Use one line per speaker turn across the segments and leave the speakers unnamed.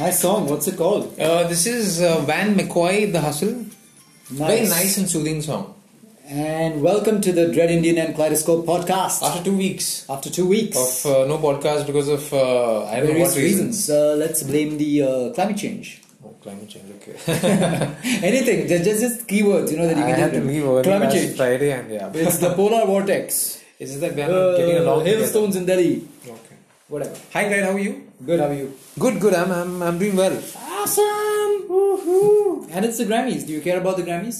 Nice song. What's it called?
Uh, this is uh, Van McCoy, The Hustle. Very
Nice.
nice and soothing song.
And welcome to the Dread Indian and Kaleidoscope podcast.
After two weeks
After two weeks,
of uh, no podcast because of uh, I don't know
various
what reason.
reasons, uh, let's blame the uh, climate change.
Oh, climate change. Okay.
Anything, just, just just keywords, you know that you
I
can
had to
type in.
leave early
Climate
last
change.
Friday and yeah.
it's the polar vortex.
It's just that we are not getting
Uh,
along.
hailstones in Delhi.
together. Okay.
Whatever.
Hi, Greg. How are you?
Good. How are you?
Good. Good. I'm. I'm. I'm doing well.
Awesome. Woohoo! And it's the Grammys. Do you care about the Grammys?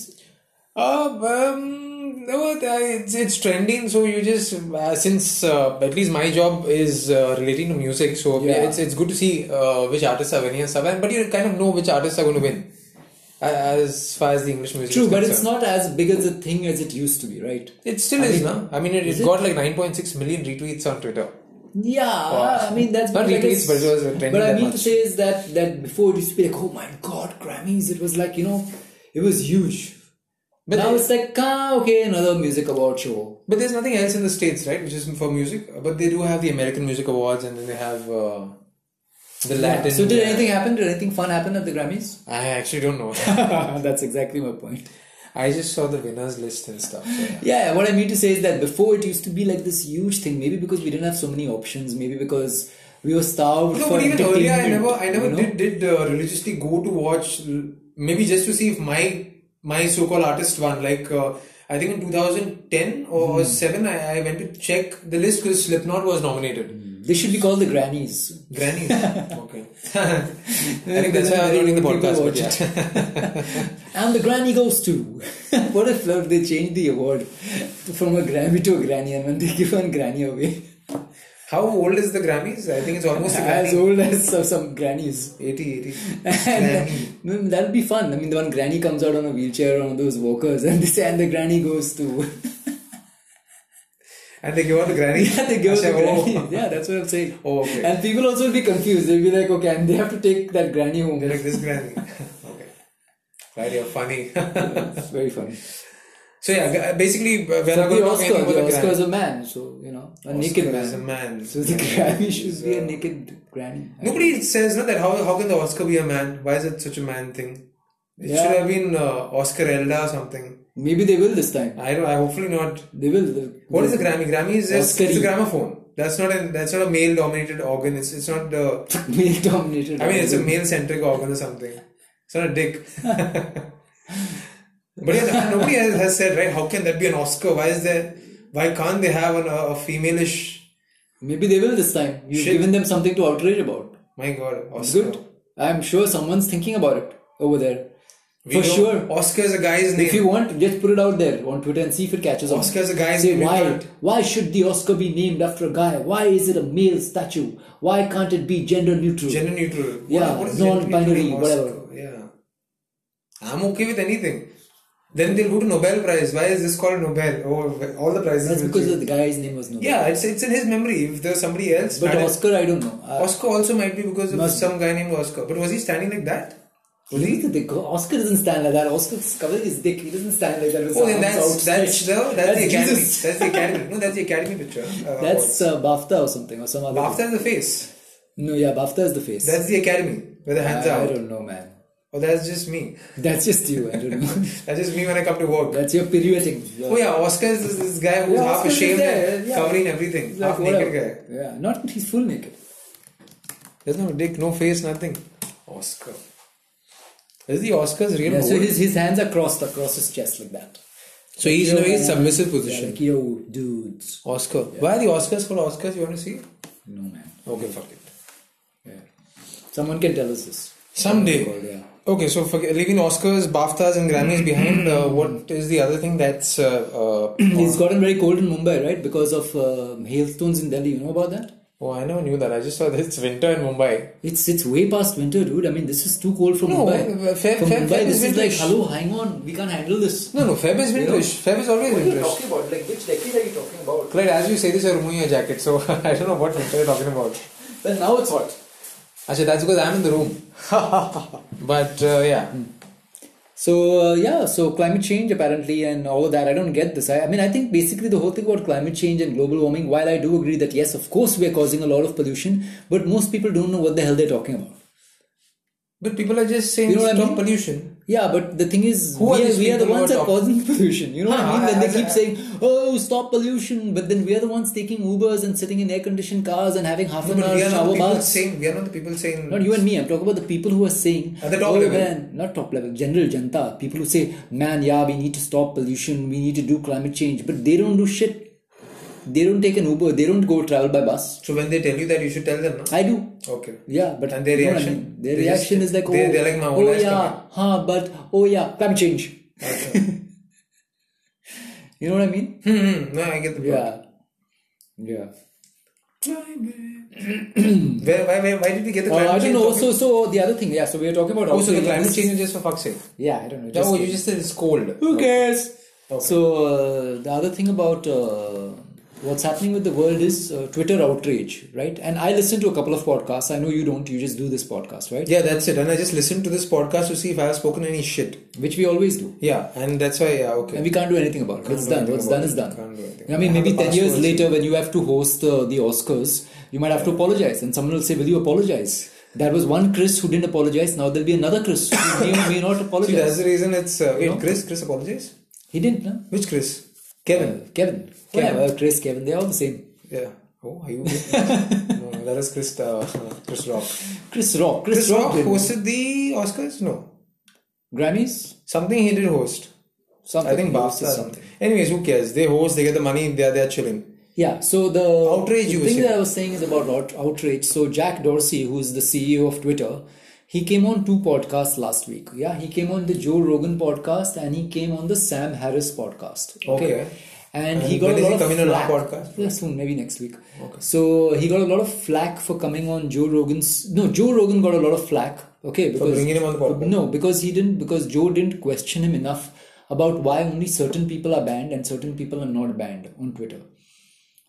Uh, um, no, it- uh, it's, it's trending. So you just uh, since uh, at least my job is uh, relating to music, so
Yeah.
it's it's good to see uh, which artists are winning and stuff. And, but you kind of know which artists are going to win, a- as far as the English music.
True,
is
but it's
concerned.
not as big as a thing as it used to be, right?
It still
I
is,
mean,
no? I mean, it,
is
it
it?
got like 9.6 million retweets on Twitter.
Yeah, I mean that's
Not
like
retweets, but it was trending
But I
that
mean to
much.
say is that that before it used to be like, oh my god, Grammys. It was like you know, it was huge. But
But
now
they-
it's like, ah, okay, another music award show.
But there's nothing else in the states, right? Which is for music. But they do have the American Music Awards, and then they have uh, the Latin.
so did
uh,
anything happen? Did anything fun happen at the Grammys?
I actually don't know.
that's exactly my point.
I just saw the winners list and stuff. So yeah.
Yeah, what I mean to say is that before it used to be like this huge thing. Maybe because we didn't have so many options. Maybe because we were starved
No,
for
but even earlier, I
entertainment,
never, I never
you know?
did did uh, religiously go to watch, l- maybe just to see if my my so-called artist won. Like uh, I think in 2010 or
Hmm.
seven, I, I went to check the list because Slipknot was nominated.
They should be called the grannies.
Grannies. okay. I think that's why I'm
Very
not in the
good people
podcast. But
watch
yeah.
And the granny goes to. what if Lord, they change the award from a Grammy to a granny and when they give one granny away?
How old is the Grammys? I think it's almost a
As
Grammy.
old as some, some grannies.
80, 80.
And
Grammy.
mm, that'll be fun. I mean, the one granny comes out on a wheelchair, one of those walkers, and they say, and the granny goes to.
And they give out the Grammy.
yeah, they go to
I
the
said, "Oh."
granny. Yeah, that's what I'm saying.
Oh, okay.
And people also will be confused. They'll be like, okay, and they have to take that granny home.
They're like this Grammy. okay. Right, you're funny.
it's very funny.
so yeah, g- basically, uh, we're
But
not going
the
to talk
Oscar,
anything
the
about the
Oscar is
Grammy.
a man, so, you know, a
Oscar
naked
is a
man.
man.
So the granny should be a naked granny.
Nobody says no, that how, how can the Oscar be a man? Why is it such a man thing? It
Yeah.
should have been uh, Oscar Elda or something.
Maybe they will this time.
I don't. I hopefully not.
They will. They-
What is a Grammy? Grammy is just, it's a
Oscar-y.
gramophone. That's not a that's not a male dominated organ. It's it's not the
Male dominated.
I mean, it's a male centric organ or something. It's not a dick. but yeah, nobody has, has said, right? How can that be an Oscar? Why is there? Why can't they have an, a, a femaleish?
Maybe they will this time. You've
Shit.
given them something to outrage about.
My God, Oscar.
Good. I'm sure someone's thinking about it over there.
We
For
know
sure.
Oscar is a guy's
If
name.
you want, just put it out there on Twitter and see if it catches on.
Oscar is a guy's
Say
name.
why? Why should the Oscar be named after a guy? Why is it a male statue? Why can't it be gender neutral?
Gender neutral. What-
Yeah,
what is gender neutral
non-binary,
in Oscar?
whatever.
Yeah. I'm okay with anything. Then they'll go to Nobel Prize. Why is this called Nobel? Oh, all the prizes.
That's
will
because
change.
the guy's name was Nobel.
yeah, it's it's in his memory. If there's somebody else,
But
I-
Oscar, I don't know. Uh,
Oscar also might be because of
Must be.
some guy named Oscar. But was he standing like that? Oh, Was
Look
he?
at the go- Oscar doesn't stand like that. Oscar's covering his dick. He doesn't stand like that. with
Oh,
his
then
arms
that's that's
outstretched.
the that's, the academy.
Jesus.
That's the academy. No, that's the academy picture. Uh,
That's uh, BAFTA or something or some other.
after the face.
No, yeah, BAFTA is the face.
That's the academy where the hands
I,
are
I
out.
don't know, man.
Oh, that's just me.
That's just you. I don't know.
That's just me when I come to work.
that's your pirouetting.
Oh yeah, Oscar is this, this guy who's
Yeah,
half
Oscar is
ashamed,
there,
and
yeah.
covering everything,
It's
half
whatever.
naked guy.
Yeah, not he's full naked.
There's no dick, no face, nothing. Oscar. Is the Oscar's real
Yeah,
yeah,
so his, his hands are crossed across his chest like that.
so he's in a
Yo,
very
man.
submissive
Yeah,
position.
like, yo, dudes.
Oscar. Why are the Oscars for Oscars? You want to see?
No, man.
Okay, fuck it.
Yeah. Someone can tell us this.
Someday.
Oh, yeah.
Okay, so forget, leaving Oscars, BAFTAs, and Grammys behind, uh, what is the other thing that's. Uh, uh,
It's gotten very cold in Mumbai, right? Because of uh, hailstones in Delhi. You know about that?
Oh, I never knew that. I just saw that it's winter in Mumbai.
It's it's way past winter, dude. I mean, this is too cold for
No,
Mumbai.
uh, Feb-
for
Feb-
Mumbai,
Feb
this
is
is like,
winterish.
hello, hang on, we can't handle this.
No, no, Feb is winterish. Feb is always
What are you
winterish.
talking about? Like which decade are you talking about?
Clyde, as you say this, you're removing your jacket, so I don't know what winter you're talking about.
Well, now it's hot.
Actually, that's because I'm in the room. but uh, yeah,
So uh, yeah, so climate change apparently and all of that. I don't get this. I, I mean, I think basically the whole thing about climate change and global warming. While I do agree that yes, of course, we are causing a lot of pollution, but most people don't know what the hell they're talking about.
but people are just saying
You know what I
stop
mean?
pollution.
Yeah, but the thing is,
Who are
we, are,
these
we are the
people who
ones
are
that are causing
talking?
pollution. You know what
Huh,
I mean?
I-
Then
I-
they keep
I-
saying, "Oh, stop pollution," but then we are the ones taking Ubers and sitting in air-conditioned cars and having half
No,
an
but
hour
we are not the
shower
people
baths.
saying. We are not the people saying.
Not you and me. I'm talking about the people who are saying,
At the top
"Oh,
level."
man, not top level, general janta. People who say, "Man, yeah, we need to stop pollution. We need to do climate change," but they don't do shit. They don't take an Uber. They don't go travel by bus.
So when they tell you that, you should tell them. No?
I do.
Okay.
Yeah, but
And their
you know what I
reaction?
mean? Their
They
reaction
just-
is like, oh,
they- they're like, "My whole
oh
life's
yeah, huh, but oh yeah, climate change. you know what I mean?
Hmm, hmm, no, I get the point.
Yeah, yeah. Uh,
Where, why, why, why did we get the
Uh,
climate
I don't
change?
know.
topic?
So, so the other thing, yeah. So we are talking about
oh, so the
outbreak.
climate
This-
change is just for fuck's sake.
Yeah, I don't know.
oh,
just-
you just said it's cold.
Who cares? So uh, the other thing about uh, what's happening with the world is uh, Twitter outrage, right? And I listen to a couple of podcasts. I know you don't. You just do this podcast, right?
Yeah, that's it. And I just listened to this podcast to see if I have spoken any shit.
Which we always do.
Yeah, and that's why, yeah, okay.
And we can't do anything about it. It's
do
done.
anything
What's
about
done
it.
is done.
Can't do anything.
I mean,
Have
maybe
the
10 years
passwords.
later, when you have to host uh, the Oscars, you might have to apologize, and someone will say, Will you apologize? There was one Chris who didn't apologize. Now there'll be another Chris who may, may not
See, that's
apologize.
the reason it's. Uh, wait, Chris? Chris apologize?
He didn't, no? Uh,
Which Chris? Kevin. uh,
Kevin. Whatever, Chris, Kevin, they're all the same.
Yeah. Oh, are you? no, no, that is Chris. Uh, Chris Rock.
Chris Rock. Chris,
Chris
Rock,
Rock
didn't.
hosted the Oscars. No,
Grammys?
something he did host.
Something.
I think
He
BAFTA
hosted
something. Anyways, who cares? They host. They get the money. They are they are chilling.
Yeah, so the
Outrage
the
you were
thing
saying.
that I was saying is about out- outrage. So Jack Dorsey, who's the CEO of Twitter, he came on two podcasts last week. Yeah, he came on the Joe Rogan podcast and he came on the Sam Harris podcast. Okay.
Okay.
And,
And
he got
when
a
is
lot
he
of
coming on our
flack.
podcast?
Yeah, soon, maybe next week. So he got a lot of flack for coming on Joe Rogan's. No, Joe Rogan got a lot of flack. Okay, because
bringing him on the podcast.
no, because he didn't. Because Joe didn't question him enough about why only certain people are banned and certain people are not banned on Twitter.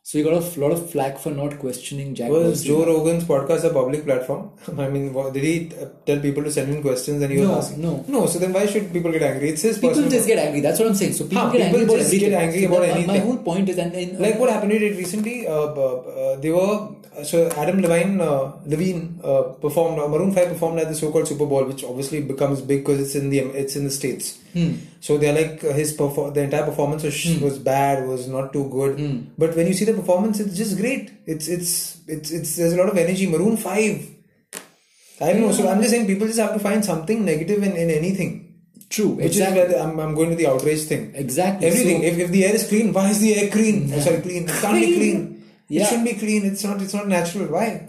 So you got a f- lot of flack for not questioning Jack.
Was
Dorsey.
Joe Rogan's podcast a public platform? I mean, what, did he uh, tell people to send in questions and he was
No,
asking?
no.
No. So then why should people get angry? It's his
people
personal.
just get angry. That's what I'm saying. So people
Huh,
get
people
angry about
just get
everything.
angry
So
about
that- my- My
anything.
whole point is, and, uh, and
Like what happened? We did recently. Uh, uh, uh, they were so Adam Levine, uh, Levine uh, performed. Uh, Maroon Five performed at the so-called Super Bowl, which obviously becomes big because it's in the it's in the states. So they're like uh, his perfor- the entire performance was, was bad, was not too good. But when you see the performance, it's just great. It's it's it's it's there's a lot of energy. Maroon Five. I don't know. So I'm just saying people just have to find something negative in, in anything.
true.
Which
exactly.
is where the- I'm, I'm going to the outrage thing.
exactly.
Everything.
So-
if, if the air is clean, why is the air clean? Oh, sorry, clean. It can't be clean.
Yeah.
It shouldn't be clean. It's not. It's not natural. Why?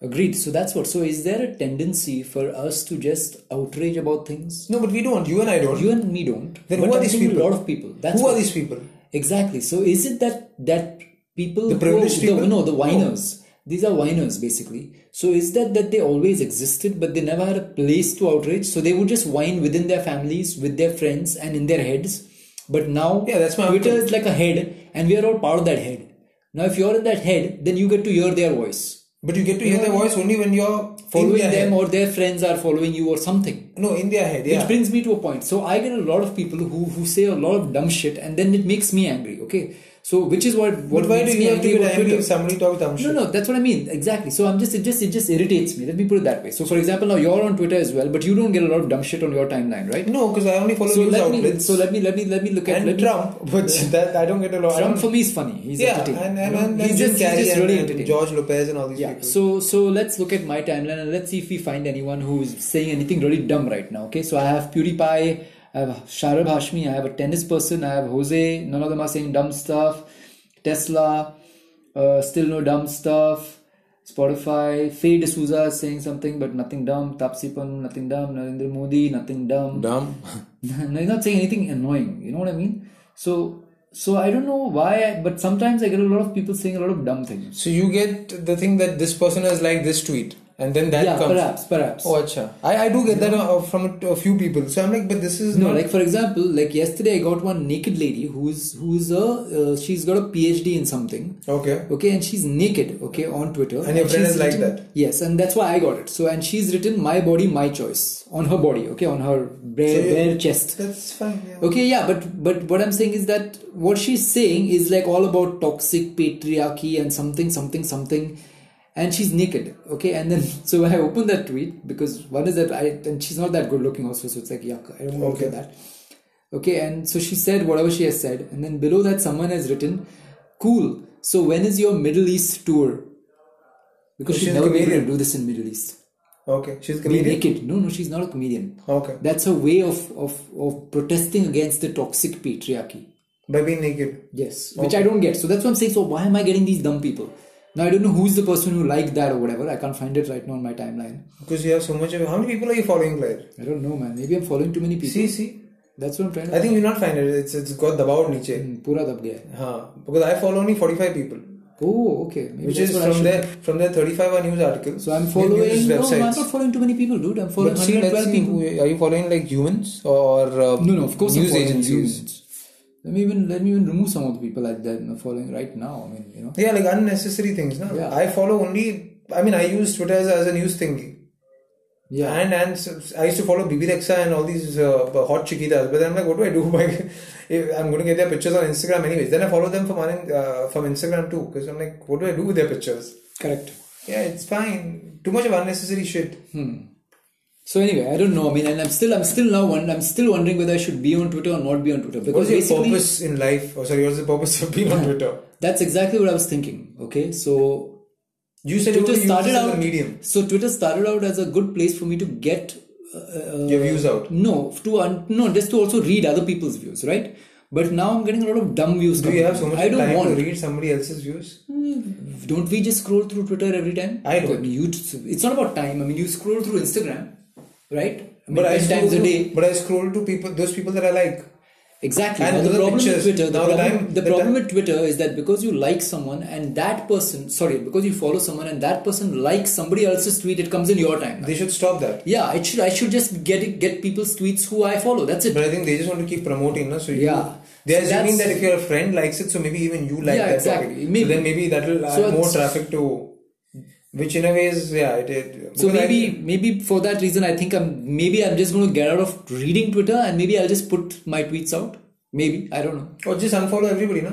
Agreed. So that's what. So is there a tendency for us to just outrage about things?
No, but we don't. You and I don't.
You and me don't.
Then
but
who are
I'm
these
saying
people?
A lot of people. That's
Who are
what-
these people?
Exactly. So is it that that people
The privileged
who,
people? Oh.
The, no, the
No.
whiners. These are whiners basically. So is that that they always existed, but they never had a place to outrage? So they would just whine within their families, with their friends, and in their heads. But now,
Yeah, that's my
Twitter
uncle.
is like a head, and we are all part of that head. Now, if you're in that head, then you get to hear their voice.
But you get to hear their voice only when you're in
Following
their
them,
Head.
or their friends are following you, or something.
No, in their head. Yeah.
Which brings me to a point. So I get a lot of people who, who say a lot of dumb shit and then it makes me angry, okay? So which is what what
but why
makes
do
me
you have to
angry
get
about
angry if
Twitter.
somebody talks dumb shit?
No, no, that's what I mean. Exactly. So I'm just it just it just irritates me. Let me put it that way. So for example, now you're on Twitter as well, but you don't get a lot of dumb shit on your timeline, right?
No, because I only follow
So
news
let me
outlets
so let me let me let me look at
and
let me-
Trump. But that I don't get a lot. I
Trump
don't-
for me is funny. He's
yeah, and
entertaining.
and,
you know?
and, and
he's
Jim
just, he's
Carrey
just
and,
really
and
entertaining.
George Lopez and all these
Yeah.
people.
So so let's look at my timeline and let's see if we find anyone who is saying anything really dumb right now. Okay. So I have PewDiePie, I have Sharab Hashmi, I have a tennis person, I have Jose. None of them are saying dumb stuff. Tesla, uh, still no dumb stuff. Spotify, Faye D'Souza is saying something but nothing dumb. Tapsi Pannu, nothing dumb. Narendra Modi, nothing dumb.
dumb.
No, he's not saying anything annoying. You know what I mean? So So I don't know why, but sometimes I get a lot of people saying a lot of dumb things.
So you get the thing that this person has liked this tweet, and then that
yeah,
comes.
perhaps, perhaps.
Oh, acha. I, I do get that uh, from a, a few people. So I'm like, but this is
No,
not.
like for example, like yesterday I got one naked lady who's who's a uh, she's got a PhD in something.
okay.
Okay, and she's naked. Okay, on Twitter.
And your friend
she's
is like
written-
that?
Yes, and that's why I got it. So and she's written "My body, my choice" on her body. Okay, on her bare
So you-
bare chest.
That's fine. Yeah.
Okay, yeah, but but what I'm saying is that what she's saying is like all about toxic patriarchy and something something something, and she's naked. Okay, and then so I opened that tweet because one is that I and she's not that good looking also, so it's like yuck. I don't want to look
Okay.
at that. Okay, and so she said whatever she has said, and then below that someone has written, "Cool. So when is your Middle East tour?" Because
She's
she's
a
never been able to
comedian.
do this in Middle East.
Okay. She's
Be
comedian.
naked. No, no, she's not a comedian.
Okay.
That's her way of, of, of protesting against the toxic patriarchy.
By being naked.
Yes, which I don't get. So that's what I'm saying. So why am I getting these dumb people? Now I don't know who's the person who liked that or whatever. I can't find it right now on my timeline.
Because you have so much of. How many people are you following, Claire?
I don't know, man. Maybe I'm following too many people.
See, see.
That's what I'm trying to.
I think you'll not find it. It's it's got dabaod niche.
Hmm, Pura dab gaya. hai.
Huh. Because I follow only 45 people.
Oh, okay. Maybe
Which
that's
is
what I
from
should-
their from their 35 are news articles.
So I'm
news
following. No, I'm
websites.
not following too many people, dude. I'm following
But see, let's
112
see.
people.
who- Are you following like humans or uh,
No, no. Of course, I'm
news
following
agencies?
humans. Let me even let me even remove some of the people like that I'm following right now. I mean, you know.
Yeah, like unnecessary things. No?
Yeah.
I follow only. I mean, I use Twitter as, as a news thingy.
Yeah.
And and s- I used to follow Bibi Rexa and all these uh, hot chiquitas. But then I'm like, what do I do? Like, if I'm going to get their pictures on Instagram anyways. Then I follow them from Anand- uh, from Instagram too because I'm like, what do I do with their pictures?
Correct.
Yeah, it's fine. Too much of unnecessary shit.
So anyway, I don't know. I mean, and I'm still, I'm still now, won- I'm still wondering whether I should be on Twitter or not be on Twitter.
What
Because
is your
basically,
purpose in life? Or sorry, what is the purpose of being on Twitter?
that's exactly what I was thinking. Okay, so
You said
Twitter
you use
started
this as
out.
a medium.
So Twitter started out as a good place for me to get uh, uh,
Your views out.
No, to un- no, just to also read other people's views, right? But now I'm getting a lot of dumb views.
Do you
coming
have so
in.
much
I don't
time
want.
to read somebody else's views?
Don't we just scroll through Twitter every time?
I don't.
mean, you, it's not about time. I mean, you scroll through Instagram, right? I mean,
But I,
ten
scroll
times a
to,
day.
but I scroll to people, those people that I like.
Exactly.
And
Now, the
other
problem
pictures.
with Twitter, the
Now the
problem,
time-
the
the
problem
time-
with Twitter is that because you like someone and that person, sorry, because you follow someone and that person likes somebody else's tweet, it comes in your time.
They should stop that.
Yeah, it should. I should just get it, get people's tweets who I follow. That's it.
But I think they just want to keep promoting, no? So you,
Yeah.
They're
So
assuming that
that's-
if your friend likes it, so maybe even you like
Yeah,
that
exactly.
topic.
Maybe.
So then maybe that will add
So
more
it's-
traffic to. Which in a way is yeah it. it
So
because I-
maybe maybe for that reason, I think I'm maybe I'm just going to get out of reading Twitter and maybe I'll just put my tweets out. Maybe I don't know.
or Oh, just unfollow everybody, no?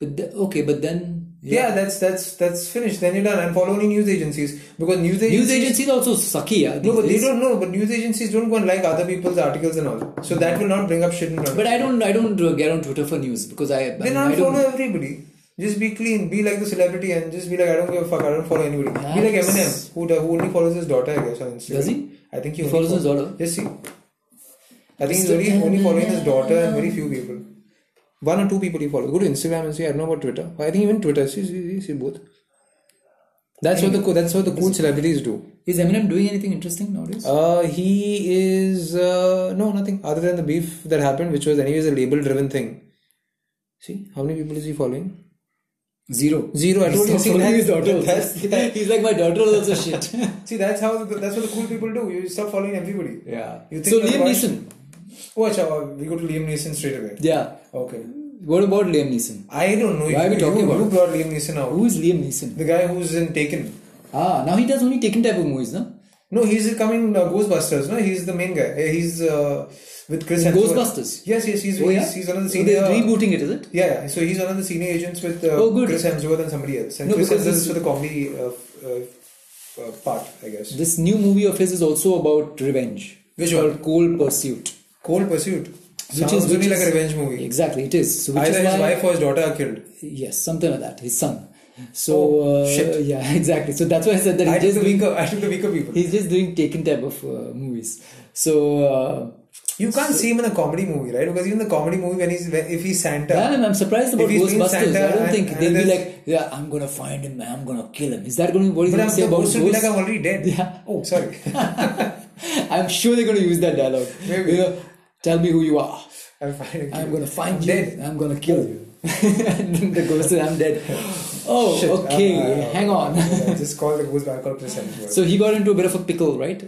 But the, okay, but then
Yeah. that's that's that's finished. Then you're done. Unfollow only news agencies because news agencies.
news agencies also sucky. Yeah,
No,
these
but they
days.
don't know. But news agencies don't go and like other people's articles and all. So that will not bring up shit in front. of
But I don't I don't uh, get on Twitter for news because I I,
Then
mean, I don't.
unfollow everybody. Just be clean. Be like the celebrity and just be like, I don't give a fuck. I don't follow anybody. Be like
Nice.
Eminem, who, do- who only follows his daughter, I guess, on Instagram.
Does he?
I think
He
he, only
follows his
follows-
daughter?
Yes, see. I think he's only, only following his daughter and very few people. One or two people he follows. Go to Instagram and see. I don't know about Twitter. I think even Twitter. See, see, see, see both. That's what the co- that's what the cool celebrities do.
Is Eminem doing anything interesting nowadays?
Uh, he is uh, no nothing other than the beef that happened, which was anyways a label driven thing. See how many people is he following?
Zero.
Zero, I
He's
told you,
not
see,
following
that-
his daughter also.
that's- yeah.
He's like my daughter is also shit.
See, that's how that's what the cool people do. You stop following everybody.
yeah.
You think
so
that
Liam
about-
Neeson.
Oh, acha, oh, we go to Liam Neeson straight away.
Yeah.
Okay.
What about Liam Neeson?
I don't know.
Why are we
you,
talking
you,
about
you
it?
brought Liam Neeson out?
Who is Liam Neeson?
The guy who's in Taken.
Ah, now he does only Taken type of movies, no?
No, he's coming uh, Ghostbusters. No, he's the main guy. Uh, He's uh, with Chris.
In
Hemsworth.
Ghostbusters?
Yes, yes, he's
Oh, yeah?
he's, he's one of the
So
senior.
they're rebooting it, is it?
yeah, yeah, so he's one of the senior agents with uh,
Oh, good.
Chris Hemsworth and somebody else. And
No,
Chris
because
Hemsworth
this-
is for the comedy uh, f- uh, uh, part, I guess.
This new movie of his is also about revenge.
Which
Called
one?
Cold Pursuit.
Cold Pursuit.
Which
Sounds
is which
really
is-
like a revenge movie.
Exactly, it is. So which
Either
is
his
why-
wife or his daughter are killed.
Yes, something like that. His son. So
Oh,
uh,
shit.
yeah, exactly. So that's why I said that he
I took
just
the
doing,
weaker. I took the weaker people.
he's just doing Taken type of uh, movies. So. Uh,
You can't see him in a comedy movie, right? Because even the comedy movie, when he's when, if he's Santa,
Man, I'm- I'm surprised about
If he's been
Ghostbusters.
Santa
I don't
and-
think
and
they'll be
there's-
like, yeah, I'm gonna find him, I'm gonna kill him. Is that going to be what he's
but
gonna
I'm
say
the
about
ghost will be like
ghosts?
I'm already dead.
Yeah.
Oh, sorry.
I'm sure they're gonna use that dialogue.
Maybe.
You know, tell me who you are.
I'm fine.
I'm gonna find you.
Dead.
I'm gonna kill you. and the ghost said, I'm dead. Oh,
Shit.
okay.
Uh,
Hang on.
yeah, just call the ghost alcohol percentage.
so he got into a bit of a pickle, right?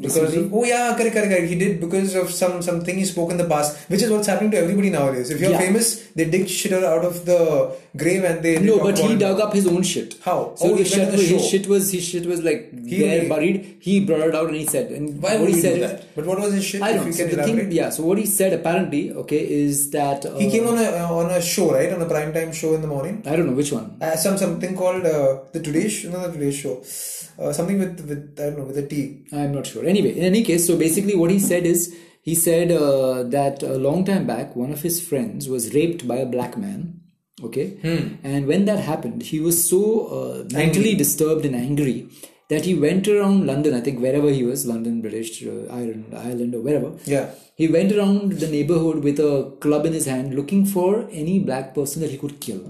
because
Recently?
oh yeah, correct, correct, correct. He did because of some something he spoke in the past, which is what's happening to everybody nowadays. If you're
Yeah.
famous, they dig shit out of the grave and they
No,
they talk
but he
about it.
dug up his own shit.
How?
So
Oh,
his,
he went
shit,
on the
his
show.
shit was his shit was like
He
there
made-
buried. He brought it out and he said, and
Why
what
would
he
he
said
do
is-
that? But what was his shit?
I
if
don't.
you
So
can
the thing,
elaborate?
yeah. So what he said apparently, okay, is that uh,
He came on a on a show, right? On a prime time show in the morning.
I don't know which one.
Uh, some something called uh, the Today Show, no, the Today Show, uh, something with with I don't know with a T.
I'm not sure. Anyway, in any case, so basically what he said is he said uh, that a long time back, one of his friends was raped by a black man. Okay.
Hmm.
And when that happened, he was so uh, mentally disturbed and angry that he went around London, I think wherever he was, London, British, uh, Ireland, Ireland, or wherever.
Yeah.
He went around the neighborhood with a club in his hand looking for any black person that he could kill.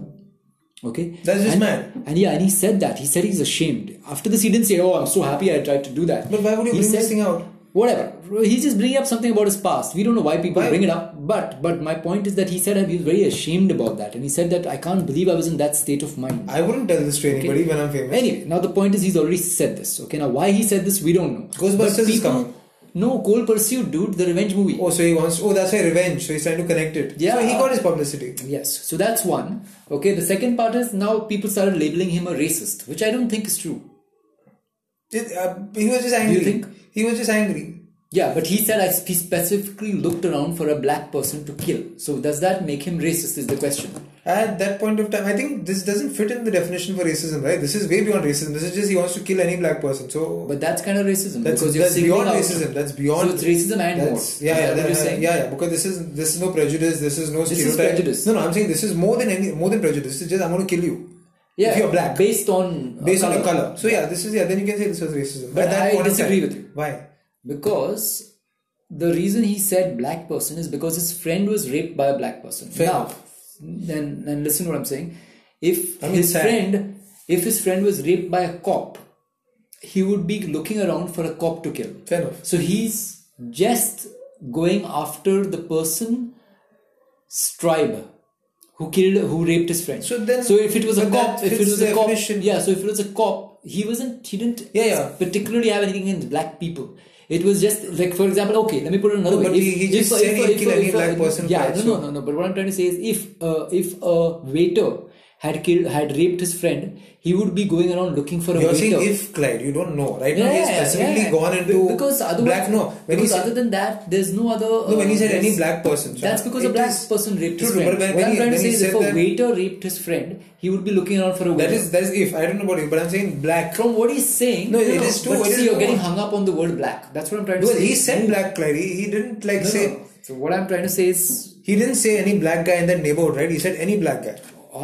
Okay.
That's just
and,
mad.
And yeah, and he said that. He said he's ashamed. After this, he didn't say, Oh, I'm so happy I tried to do that.
But why would you
He
bring this
said-
thing out?
Whatever. He's just bringing up something about his past. We don't know why people
Why?
bring it up. But but my point is that he said he was very ashamed about that. And he said that I can't believe I was in that state of mind.
I wouldn't tell this to anybody when I'm famous.
Anyway, now the point is he's already said this. Okay, now why he said this, we don't know.
Ghostbusters
But
is coming.
No, Cold Pursuit, dude, the revenge movie.
Oh, so he wants. Oh, that's why revenge. So he's trying to connect it.
Yeah.
So he got his publicity.
Yes, so that's one. Okay, the second part is now people started labeling him a racist, which I don't think is true.
It, uh, he was just angry.
think?
He was just angry.
Yeah, but he said I sp- he specifically looked around for a black person to kill. So does that make him racist? Is the question.
At that point of time, I think this doesn't fit in the definition for racism, right? This is way beyond racism. This is just he wants to kill any black person. So
But that's kind of racism
That's-
because you're
that's
singling
beyond
out-
racism. That's beyond-
So it's racism and more. Is
That's, yeah, yeah,
that what
that-
you're saying?
yeah, yeah. Because this is this is no prejudice. This is no
is
stereotype.
prejudice.
No, no. I'm saying this is more than any more than prejudice. It's just I'm going to kill you.
Yeah,
If you're black,
based on uh,
based on
the
your color. So yeah, this is yeah. Then you can say this was racism.
But
At that
I
point of
disagree
time.
with you.
Why?
Because the reason he said black person is because his friend was raped by a black person.
Fair
now,
enough.
then, then listen to what I'm saying. If
I mean,
his
sad.
friend, if his friend was raped by a cop, he would be looking around for a cop to kill.
Fair enough.
So he's just going after the person, tribe, who killed, who raped his friend.
So then-
so if it was a
but that
cop, if it
fits
was a
the
cop,
definition.
yeah. So if it was a cop, he wasn't, he didn't
Yeah, yeah.
particularly have anything against black people. It was just like, for example, okay, let me put it another
No,
way.
but he- he just said he'd kill any black person,
Yeah,
right?
no, no, no, no. But what I'm trying to say is, if uh, if a waiter had killed, had raped his friend, he would be going around looking for a
You're
waiter.
saying if Clyde, you don't know, right?
yeah,
now he's
yeah,
specifically
yeah.
gone into
Be- because otherwise,
black. No, when he
because
said,
other than that, there's no other. Uh,
no, when he said
there's-
any black person, so
That's because
it
a black
is-
person raped his
True,
friend.
But when,
what
when
I'm
he,
trying to
when
say
he
is, if
said
a
that,
waiter raped his friend, he would be looking around for a waiter.
that is that is if I don't know about you, but I'm saying black.
from what he's saying.
No, it is true,
But see,
it is
you're
true.
getting hung up on the word black. That's what I'm trying to
No,
say.
he said black Clyde. He, he didn't like
No,
say
no, no. So what I'm trying to say is
he didn't say any black guy in that neighborhood, right? He said any black guy.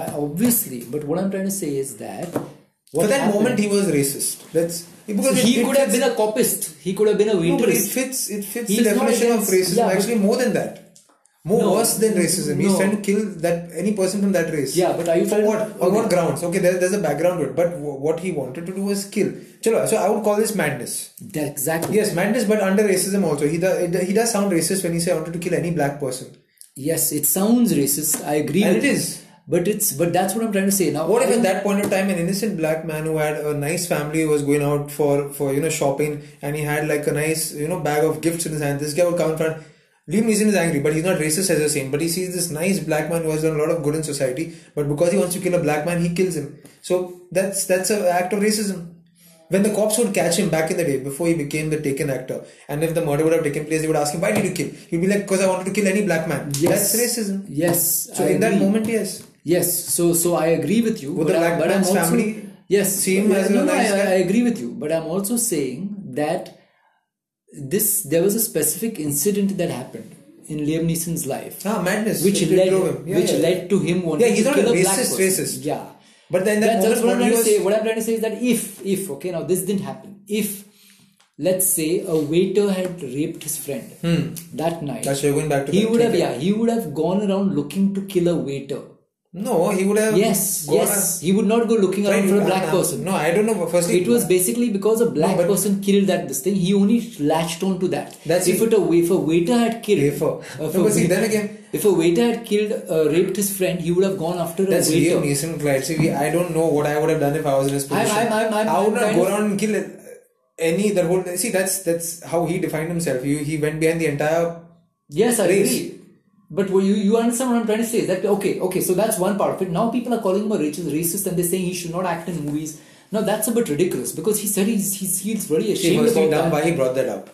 I- obviously, but what I'm trying to say is that what
For that
happened-
moment, he was racist. That's because
So
it-
he
it
could have
fits-
been a copist. He could have been a
No, but it
waitress.
fits. It fits
He's
the
not
definition of
against-
racism.
yeah, but-
Actually, more than that. More
No,
worse than racism. He's
no.
trying to kill that any person from that race.
Yeah, but are you
for
trying-
what? On
okay.
what grounds? Okay, there, there's a background to it. But w- what he wanted to do was kill. Chalo, so I would call this madness.
That- exactly.
Yes, madness, but under racism also. He does. It, he does sound racist when he say I wanted to kill any black person.
Yes, it sounds racist. I agree.
And
with
it
you.
is.
But it's but that's what I'm trying to say. Now
What if
I-
at that point of time an innocent black man who had a nice family was going out for for you know shopping and he had like a nice you know bag of gifts in his hand. This guy would come in front. Liam Neeson is angry, but he's not racist as you're saying. But he sees this nice black man who has done a lot of good in society, but because he wants to kill a black man, he kills him. So that's that's an act of racism. When the cops would catch him back in the day before he became the taken actor, and if the murder would have taken place, they would ask him, "Why did you kill?" He'd be like, "Because I wanted to kill any black man."
Yes.
That's racism.
Yes.
So
I
in that
agree.
moment, yes.
Yes, so so I agree with you.
Would the
I-
black man's
also-
family
yes,
see him
but-
as a
no, no,
nice
I,
guy?
I agree with you, but I'm also saying that this there was a specific incident that happened in Liam Neeson's life,
Ah, madness.
which
It- it
led
drove him. Yeah,
which
yeah.
led to him wanting
Yeah, he's
to
not
kill
a
black
racist
person.
racist.
Yeah,
But then that
that's, that's
moment
what I'm trying
when he
to say.
was-
What I'm trying to say is that if if okay now this didn't happen, if let's say a waiter had raped his friend that night,
Hmm. That's why you're going back to
he
that
would have
thinking.
yeah he would have gone around looking to kill a waiter.
No, he would have.
Yes,
gone
yes. He would not go looking
and-
around for a
Right,
black
uh,
person.
No, I don't know. Firstly,
It was basically because a black
but-
person killed that this thing. He only latched on to that.
That's
if it a wa- if a waiter had killed
Wafer.
Uh, if
No,
a
but see,
wait-
then again-
if a waiter had killed uh, raped his friend, he would have gone after
That's
a waiter.
Liam Neeson, Clyde. See, we- I don't know what I would have done if I was in his
I'm-
position.
I'm- I'm- I'm-
I would
I'm
not
kind
go
of-
around and kill uh, any that whole. See, that's that's how he defined himself. He he went behind the entire.
Yes, I
Race.
agree. But what you you understand what I'm trying to say? That okay, okay. So that's one part of it. Now people are calling him a racist, racist, and they're saying he should not act in movies. Now that's a bit ridiculous because he said he's, he feels very
He
ashamed
must be
about
dumb
that.
why he brought that up.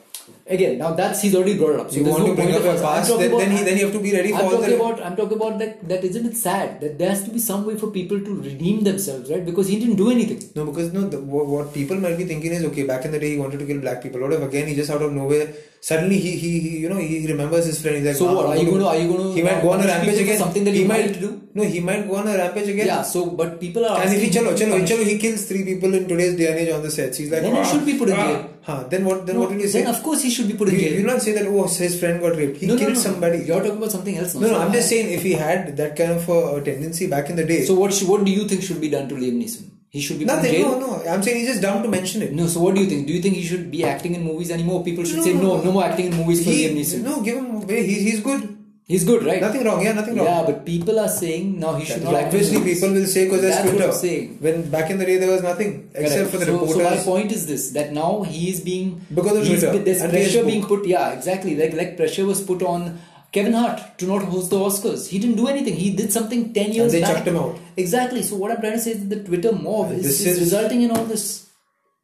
Again, now that's he's already brought it up. So
You
there's
want
no
to bring
point
up
of
your
us- I'm
past,
talking
then-
about-
then he- then you have to be ready
I'm
for all
talking
the-
about I'm talking about that that isn't it sad that there has to be some way for people to redeem themselves, right? Because he didn't do anything.
No, because no, the, what, what people might be thinking is okay. Back in the day, he wanted to kill black people. What if again he just out of nowhere suddenly he he, he you know he remembers his friend. He's like,
So
"Nah,
what,
I'm
are you gonna- are you gonna
He might
now
go on a
punish
rampage
people for
again.
something that
he
he
might
wanted to do?
No, he might go on a rampage again.
Yeah. So, but people are.
And if he
asking
chalo
him to
chalo
punish.
chalo, he kills three people in today's day and age on the sets. He's like,
Then he
"Ah,
should be put in
ah."
jail.
Huh, Then what? Then
No,
what will you say?
Then of course he should be put in
You-
jail.
You will not say that. Oh, his friend got raped. He
No, no,
killed
no.
somebody.
You're talking about something else. now.
No, no,
So
I'm
I-
just saying if he had that kind of a, a tendency back in the day.
So what should, what do you think should be done to Liam Neeson? He should be put in
nothing.
jail.
No, no. I'm saying he's just dumb to mention it.
No, so what do you think? Do you think he should be acting in movies anymore? People should say no, no, more acting in movies for Liam
He,
Neeson.
no, give him away. He, he's good.
He's good, right?
Nothing wrong. Yeah, nothing wrong.
Yeah, but people are saying no, he should not. act in
obviously,
movies.
people will say because that's,
That's what
Twitter.
I'm saying.
When back in the day there was nothing except
Correct.
for the
so,
reporters.
So my point is this: that now he is being
Because of
he's-
Twitter
There's
and
pressure
Facebook.
being put. Yeah, exactly. Like like pressure was put on Kevin Hart to not host the Oscars. He didn't do anything. He did something ten years.
they
back.
chucked him out.
Exactly. So what I'm trying to say is that the Twitter mob
And
is,
this
is
is-
resulting in all this.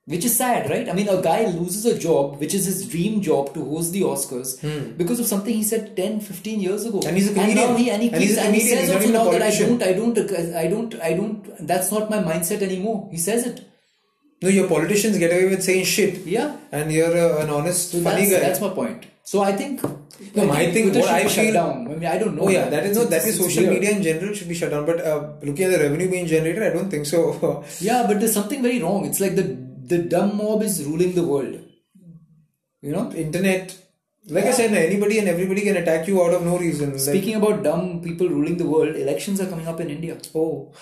Which is sad, right? I mean, a guy loses a job, which is his dream job to host the Oscars, because of something he said 10, 15 years ago.
Hmm. And he's a comedian.
now he, and he,
And he's
keeps-
a
and he says
comedian. He's not
also
even a
now that I
politician.
don't, I don't, I don't, I don't, that's not my mindset anymore. He says it.
No, your politicians get away with saying shit.
Yeah.
And you're uh, an honest,
So
funny
that's,
guy.
that's my point. So I think.
No, my thing,
Twitter
what
should
I
be shut
feel-
down. I mean, I don't know.
Oh yeah, that is no.
It's-
That is
it's
social
weird.
media in general should be shut down. But uh, looking at the revenue being generated, I don't think so.
Yeah, but there's something very wrong. It's like the the dumb mob is ruling the world. You know.
Internet, like I said, anybody and everybody can attack you out of no reason. Like,
Speaking about dumb people ruling the world, elections are coming up in India.
oh,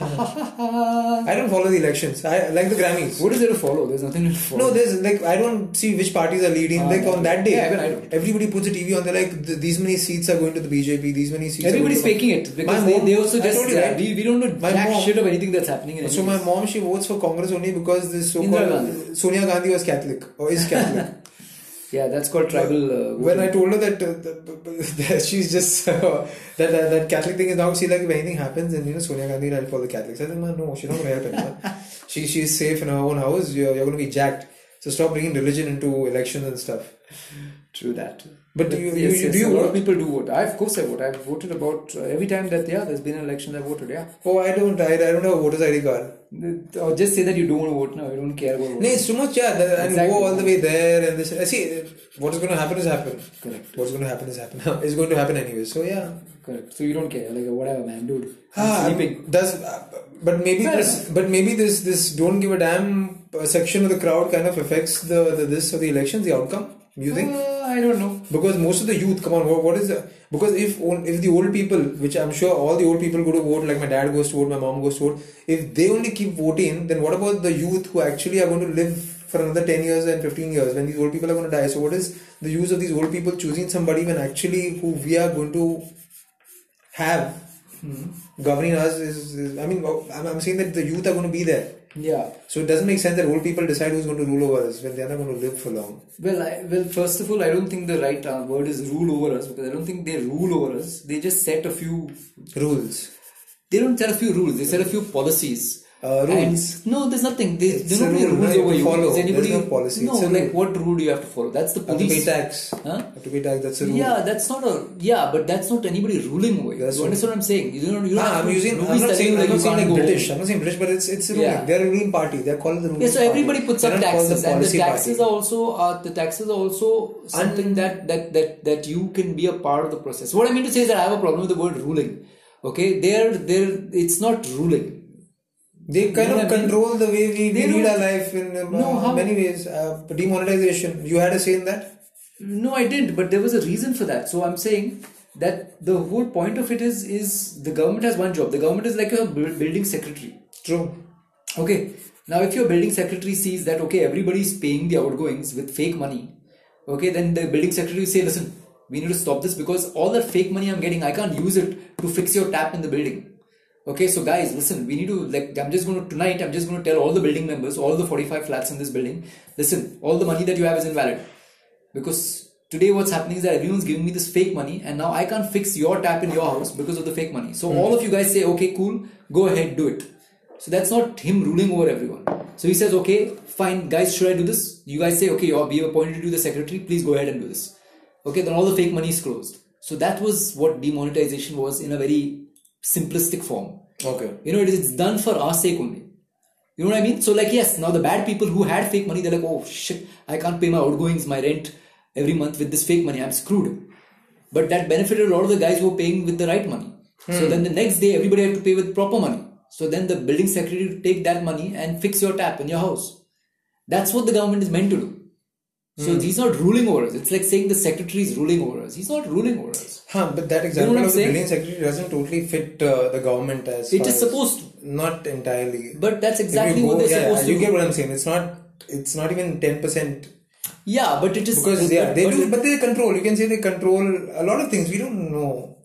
what
I don't follow the elections. I like the Grammys.
is there to follow? There's nothing to follow.
No, there's like I don't see which parties are leading. like on that day,
Uh, Yeah, even I don't.
everybody puts a TV on. They're like, "Th- these many seats are going to the BJP. These many seats.
Everybody's
are going to
faking it because they, they also
I
just
told you,
yeah,
right?
we, we don't know
My
jack
mom-
shit of anything that's happening in
So
India.
my mom, she votes for Congress only because this
Indira
so-called
Gandhi.
Sonia Gandhi was Catholic or is Catholic.
yeah, that's called tribal. Uh,
when I
voting.
told her that, uh, that, that she's just uh, that, that that Catholic thing is now she like if anything happens and you know Sonia Gandhi will help all the Catholics. I said, "Ma, no, she's not gonna help anyone. she she's safe in her own house. You're, you're gonna be jacked. So stop bringing religion into elections and stuff.
True that.
But do you- you- you- do
a
you
lot of
vote?
people do vote. I of course I vote. I've voted about uh, every time that yeah, there's been an election. I voted yeah.
Oh, I don't. I, I don't have a voter's ID card.
Or just say that you don't want to vote now. You don't care about
No,
voting.
it's too much. Yeah, that, and
Exactly.
go all the way there and this. I see. What is gonna happen is happen.
Correct.
What's gonna happen is happen. it's going to happen anyway. So yeah.
Correct. So you don't care. Like whatever, man, dude. I'm
Ah,
sleeping.
does but maybe
Fair
this, but maybe this this don't give a damn uh, section of the crowd kind of affects the, the this of the elections the outcome you think
Uh, I don't know.
because most of the youth come on what, what is the because if on- if the old people which I'm sure all the old people go to vote like my dad goes to vote my mom goes to vote if they only keep voting then what about the youth who actually are going to live for another 10 years and 15 years when these old people are going to die so what is the use of these old people choosing somebody when actually who we are going to have governing us is, is I mean I'm, I'm saying that the youth are going to be there
Yeah.
so it doesn't make sense that old people decide who's going to rule over us when they're not going to live for long
Well, I, well, first of all, I don't think the right uh, word is rule over us because I don't think they rule over us. They just set a few.
rules
They don't set a few rules. They set a few policies.
Uh, rules.
And- no, there's nothing. They,
It's
there's no
a rule,
rules
right?
over
You
you.
follow.
Is anybody?
There's no policy.
No,
It's a
like
rule.
what rule do you have to follow? That's the
have to pay
police.
tax
Huh?
have to pay tax that's a rule
Yeah, that's not a yeah, but that's not anybody ruling over you.
That's
You understand what I'm saying? You don't. You don't
Ah,
have
I'm
to-
using. I'm
nobody's
not
telling
saying.
you
I'm
that
not
you
saying
can't
like
go
British.
vote.
I'm not saying British, but it's it's ruling.
Yeah.
They're a ruling party. They're called the ruling.
Yeah, so
party.
everybody puts
They're
up
not called
taxes, and the
policy
taxes
party.
are also uh, the taxes are also something that, that that that you can be a part of the process. What I mean to say is that I have a problem with the word ruling. Okay, they're they're it's not ruling.
They kind
know
of
what I mean?
control the way we, we
They
lead
don't-
our life in uh,
No, how-
many ways. Uh, demonetization. You had a say in that.
No, I didn't, but there was a reason for that. So I'm saying that the whole point of it is is the government has one job. The government is like a bu- building secretary.
True.
Okay. Now, if your building secretary sees that okay, everybody is paying the outgoings with fake money, okay, then the building secretary will say, listen, we need to stop this because all that fake money I'm getting, I can't use it to fix your tap in the building. Okay, so guys, listen, we need to like I'm just gonna tonight I'm just gonna tell all the building members, all the 45 flats in this building, listen, all the money that you have is invalid. Because today what's happening is that everyone's giving me this fake money and now I can't fix your tap in your house because of the fake money. So all of you guys say, okay, cool, go ahead, do it. So that's not him ruling over everyone. So he says, okay, fine, guys, should I do this? You guys say, okay, you're being appointed to do the secretary, please go ahead and do this. Okay, then all the fake money is closed. So that was what demonetization was in a very simplistic form.
Okay.
You know, it is it's done for our sake only. You know what I mean? So, like, yes, now the bad people who had fake money, they're like, oh shit, I can't pay my outgoings, my rent every month with this fake money. I'm screwed. But that benefited a lot of the guys who were paying with the right money.
Hmm.
So then the next day, everybody had to pay with proper money. So then the building secretary would take that money and fix your tap in your house. That's what the government is meant to do.
Hmm.
So he's not ruling over us. It's like saying the secretary is ruling over us. He's not ruling over us.
Huh, but that example
I'm
of the
saying?
building secretary doesn't totally fit uh, the government as
It
far
is
as-
supposed to.
Not entirely.
But that's
If you
exactly what
go-
they're
yeah,
supposed
you
to do.
get what I'm saying. It's not. It's not even ten percent
Yeah, but it is
because yeah, they
but
do.
it-
But they control. You can say they control a lot of things. We don't know.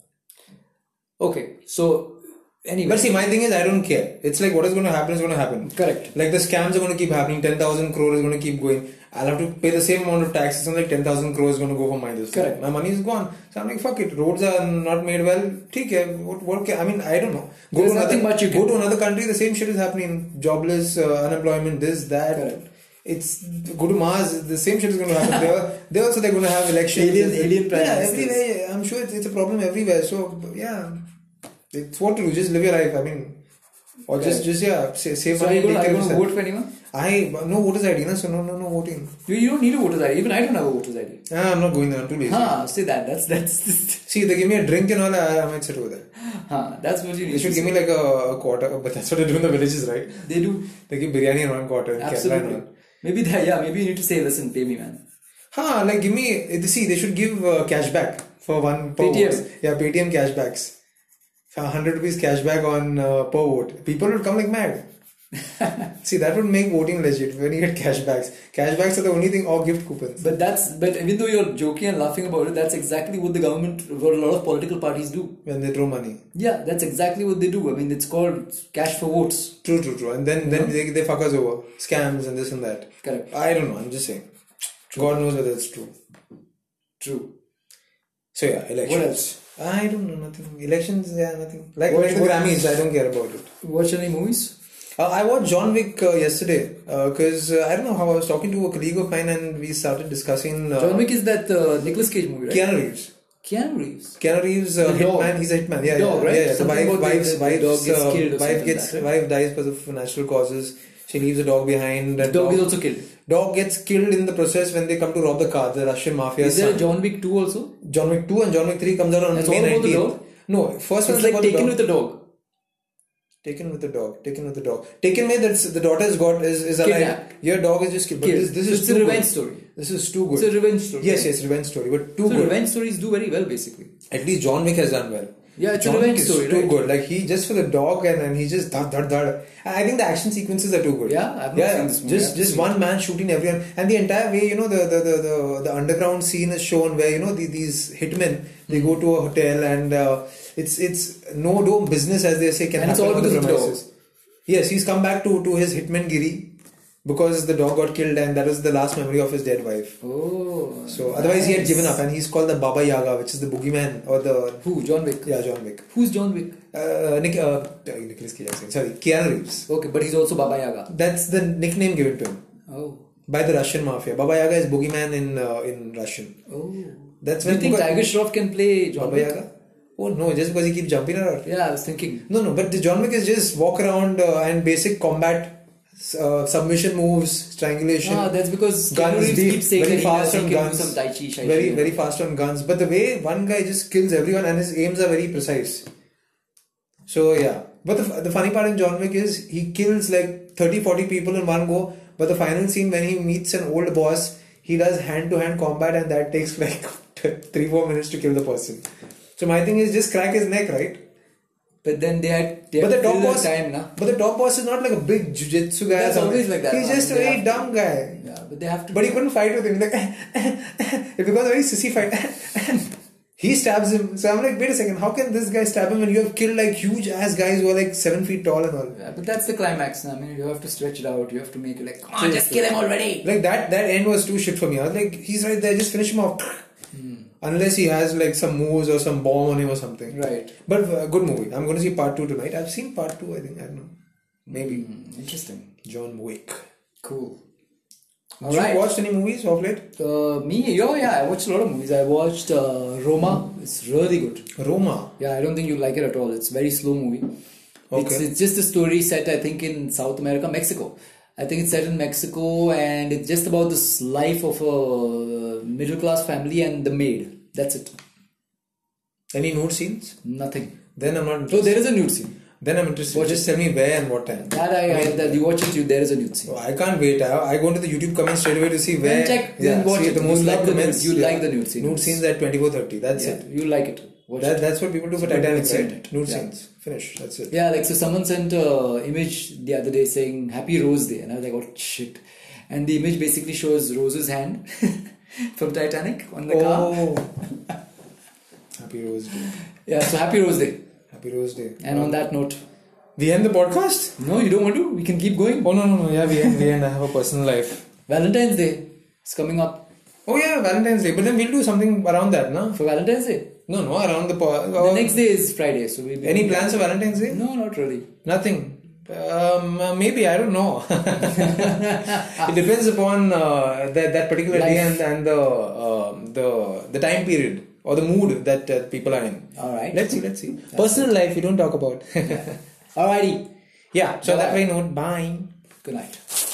Okay, so anyway,
But see, my thing is, I don't care. It's like what is going to happen is going to happen.
Correct.
Like the scams are going to keep happening. Ten thousand crore is going to keep going. I'll have to pay the same amount of taxes, and like ten thousand crore is going to go for my this.
Correct.
My money is gone. So I'm like, fuck it. Roads are not made well. ठीक है. What, what can, I mean, I don't know. Go
There's
to another,
nothing much you
Go
can-
to another country. The same shit is happening. Jobless, uh, unemployment, this, that.
Correct.
It's go to Mars. The same shit is going to happen. there, there also they're going to have elections.
Alien- alien prime
Yeah,
ministers.
everywhere. I'm sure it's, it's a problem everywhere. So yeah. It's what to do. Just live your life. I mean, or just just yeah, sa- save
so are
money.
you
and
gonna, are you
take care of
gonna
yourself.
vote for anyone?
I no voters ID, na, so no no no voting.
You, you don't need a voter's ID. Even I don't have a voter's ID.
Ah, I'm not going there. I'm too lazy.
Huh, say that. That's that's just,
See, they give me a drink and all. I, I might sit over there.
huh, that's what you need.
They should
to
give me
say.
like a, a quarter, but that's what they do in the villages, right?
They do
They give biryani and one quarter. in Kerala
absolutely.
And all.
Maybe that. Yeah, maybe you need to say, listen, pay me, man.
Huh, like give me. eh, See, they should give uh, cashback for one per
PTM.
vote. Yeah, Paytm cashbacks. Hundred rupees cashback on uh, per vote. People would come like mad. See, that would make voting legit when you get cashbacks. Cashbacks are the only thing, or gift coupons.
But that's but even though you're joking and laughing about it, that's exactly what the government, what a lot of political parties do.
when they throw money.
Yeah, that's exactly what they do. I mean, it's called cash for votes.
True, true, true. And then then they, they fuck us over. Scams and this and that.
Correct.
I don't know. I'm just saying. God knows whether it's true.
True.
So yeah, elections.
What else?
I don't know. Nothing. Elections. Yeah, nothing. Like,
What-
like the
what-
Grammys. I don't care about it.
Watch any movies?
Uh, I watched John Wick uh, yesterday because uh, I don't know how I was talking to a colleague of mine and we started discussing uh,
John Wick is that uh, Nicolas Cage movie, right?
Keanu Reeves.
Keanu Reeves.
Keanu Reeves, uh,
The dog.
hitman. He's a hitman. Yeah,
Dog,
yeah,
right?
yeah. yeah. The
Something
wife,
about the-
wife's,
the
wife's,
dog gets
uh,
killed or
wife
something
gets,
like that.
wife dies because of natural causes. She leaves the dog behind.
The
and
dog is also killed.
Dog gets killed in the process when they come to rob the car. The Russian mafia.
Is there a
son.
John Wick 2 also?
John Wick two and John Wick three comes out on
That's
May
all about the
19th.
dog?
No, first
So
one's
it's like
about the
taken
dog.
with a dog.
Taken with the dog. Taken with the dog. Taken with that's the daughter's got is, is alive.
Kidnapped.
Your dog is just killed. But
Killed.
This, this
So
is
it's a
too
revenge
good.
story.
This is too good.
It's a revenge story.
Yes, yes, revenge story, but too
So
good.
revenge stories do very well basically.
At least John Wick has done well.
Yeah, it's a
John Wick
revenge
is
story,
too
right?
good. Like he just for the dog and, and he just dhad, dhad, dhad. And I think the action sequences are too good.
Yeah, I've not
yeah.
seen this movie.
just
I've
just
seen
one man shooting everyone, and the entire way you know the the, the, the, the underground scene is shown where you know the, these hitmen they go to a hotel and uh, it's it's no do business as they say can
And it's
happen
all
on the
because of the dog.
premises. Yes, he's come back to to his hitman giri because the dog got killed and that was the last memory of his dead wife.
Oh.
So otherwise he had given up and he's called the Baba Yaga, which is the boogeyman or the
Who? John Wick.
yeah John Wick.
Who's John Wick?
Uh, Nick, uh, Nicholas Cage, I'm saying. Sorry, Keanu Reeves.
Okay, but he's also Baba Yaga.
That's the nickname given to him
Oh.
by the Russian mafia. Baba Yaga is boogeyman in uh, in Russian.
Oh.
That's
Do
when
you think
because-
Tiger Shroff can play John
Baba
Wick?
Yaga. Oh no, just because he keeps jumping around.
Yeah, I was thinking.
No, no, but the John Wick is just walk around uh, and basic combat, uh, submission moves, strangulation.
Ah, that's because Keanu
guns
Reeves
deep,
keeps saying
very
that he
fast
does- he
on
can do
guns,
some Tai Chi, Shai
very
Chi.
very fast on guns. But the way one guy just kills everyone and his aims are very precise. So yeah, but the, the funny part in John Wick is he kills like 30, 40 people in one go. But the final scene when he meets an old boss, he does hand to hand combat and that takes like three four minutes to kill the person. So my thing is just crack his neck, right?
But then they had, they
but the
had
top
till
boss,
time, na?
but the top boss is not like a big jujitsu guy. or
That's
something.
always like that,
He's
no?
just a
They
very
have to-
dumb guy.
Yeah, but they have to.
But he couldn't fight with him. Like it becomes a very sissy fight. he stabs him. So I'm like, wait a second, how can this guy stab him when you have killed like huge ass guys who are like seven feet tall and all?
yeah, but that's the climax. na? I mean, you have to stretch it out. You have to make it like, come on, just kill him already.
Like that that end was too shit for me. I was like, he's right there, just finish him off.
Hmm.
Unless he has like some moves or some bomb on him or something.
Right.
But uh, good movie. I'm gonna see part two tonight. I've seen part two, I think. I don't know. Maybe
Hmm, interesting.
John Wick.
Cool.
Have
All
you
right.
watched any movies of late?
Uh, me, oh yeah, I watched a lot of movies. I watched uh, Roma. It's really good.
Roma.
Yeah, I don't think you like it at all. It's a very slow movie. It's,
Okay.
it's just a story set, I think, in South America, Mexico. I think it's set in Mexico, and it's just about this life of a middle class family and the maid. That's it.
Any nude scenes?
Nothing.
Then I'm not
So
interested.
there is a nude scene.
Then I'm interested. Just tell me where and what time.
That I, I that you watch it, you, there is a nude scene.
So I can't wait. I, I go into the YouTube comments straight away to see where.
Then check, then watch
see,
it.
The
You
most
love
liked
the nude-
comments,
you like the nude scenes.
Nude scenes at 24:30. That's
Yeah,
it.
you like it. Watch
That,
it.
that's what people do for
It's a good
Titanic,
scene,
right?
it.
Nude
Yeah.
scenes. Finish. That's it.
Yeah, like so someone sent a image the other day saying Happy Rose Day, and I was like, oh shit. And the image basically shows Rose's hand from Titanic on the car.
Oh. Happy Rose Day.
Yeah, so Happy Rose Day.
Happy Rose Day.
And on that note,
we end the podcast.
no, you don't want to. We can keep going.
Oh no no no! Yeah, we end. We end. I have a personal life.
Valentine's Day is coming up
Oh yeah, Valentine's Day. But then we'll do something around that, no?
for Valentine's Day.
No no, around the. Po-
The
oh,
next day is Friday, so we'll be
any plans for Valentine's Day?
No, not really.
Nothing. Um, uh, maybe I don't know. it depends upon uh, that that particular day and, and the uh, the the time period or the mood that uh, people are in.
All right.
Let's see. Let's see. Personal life you don't talk about.
Alrighty.
yeah. So that
Bye.
way, note. Bye.
Good night.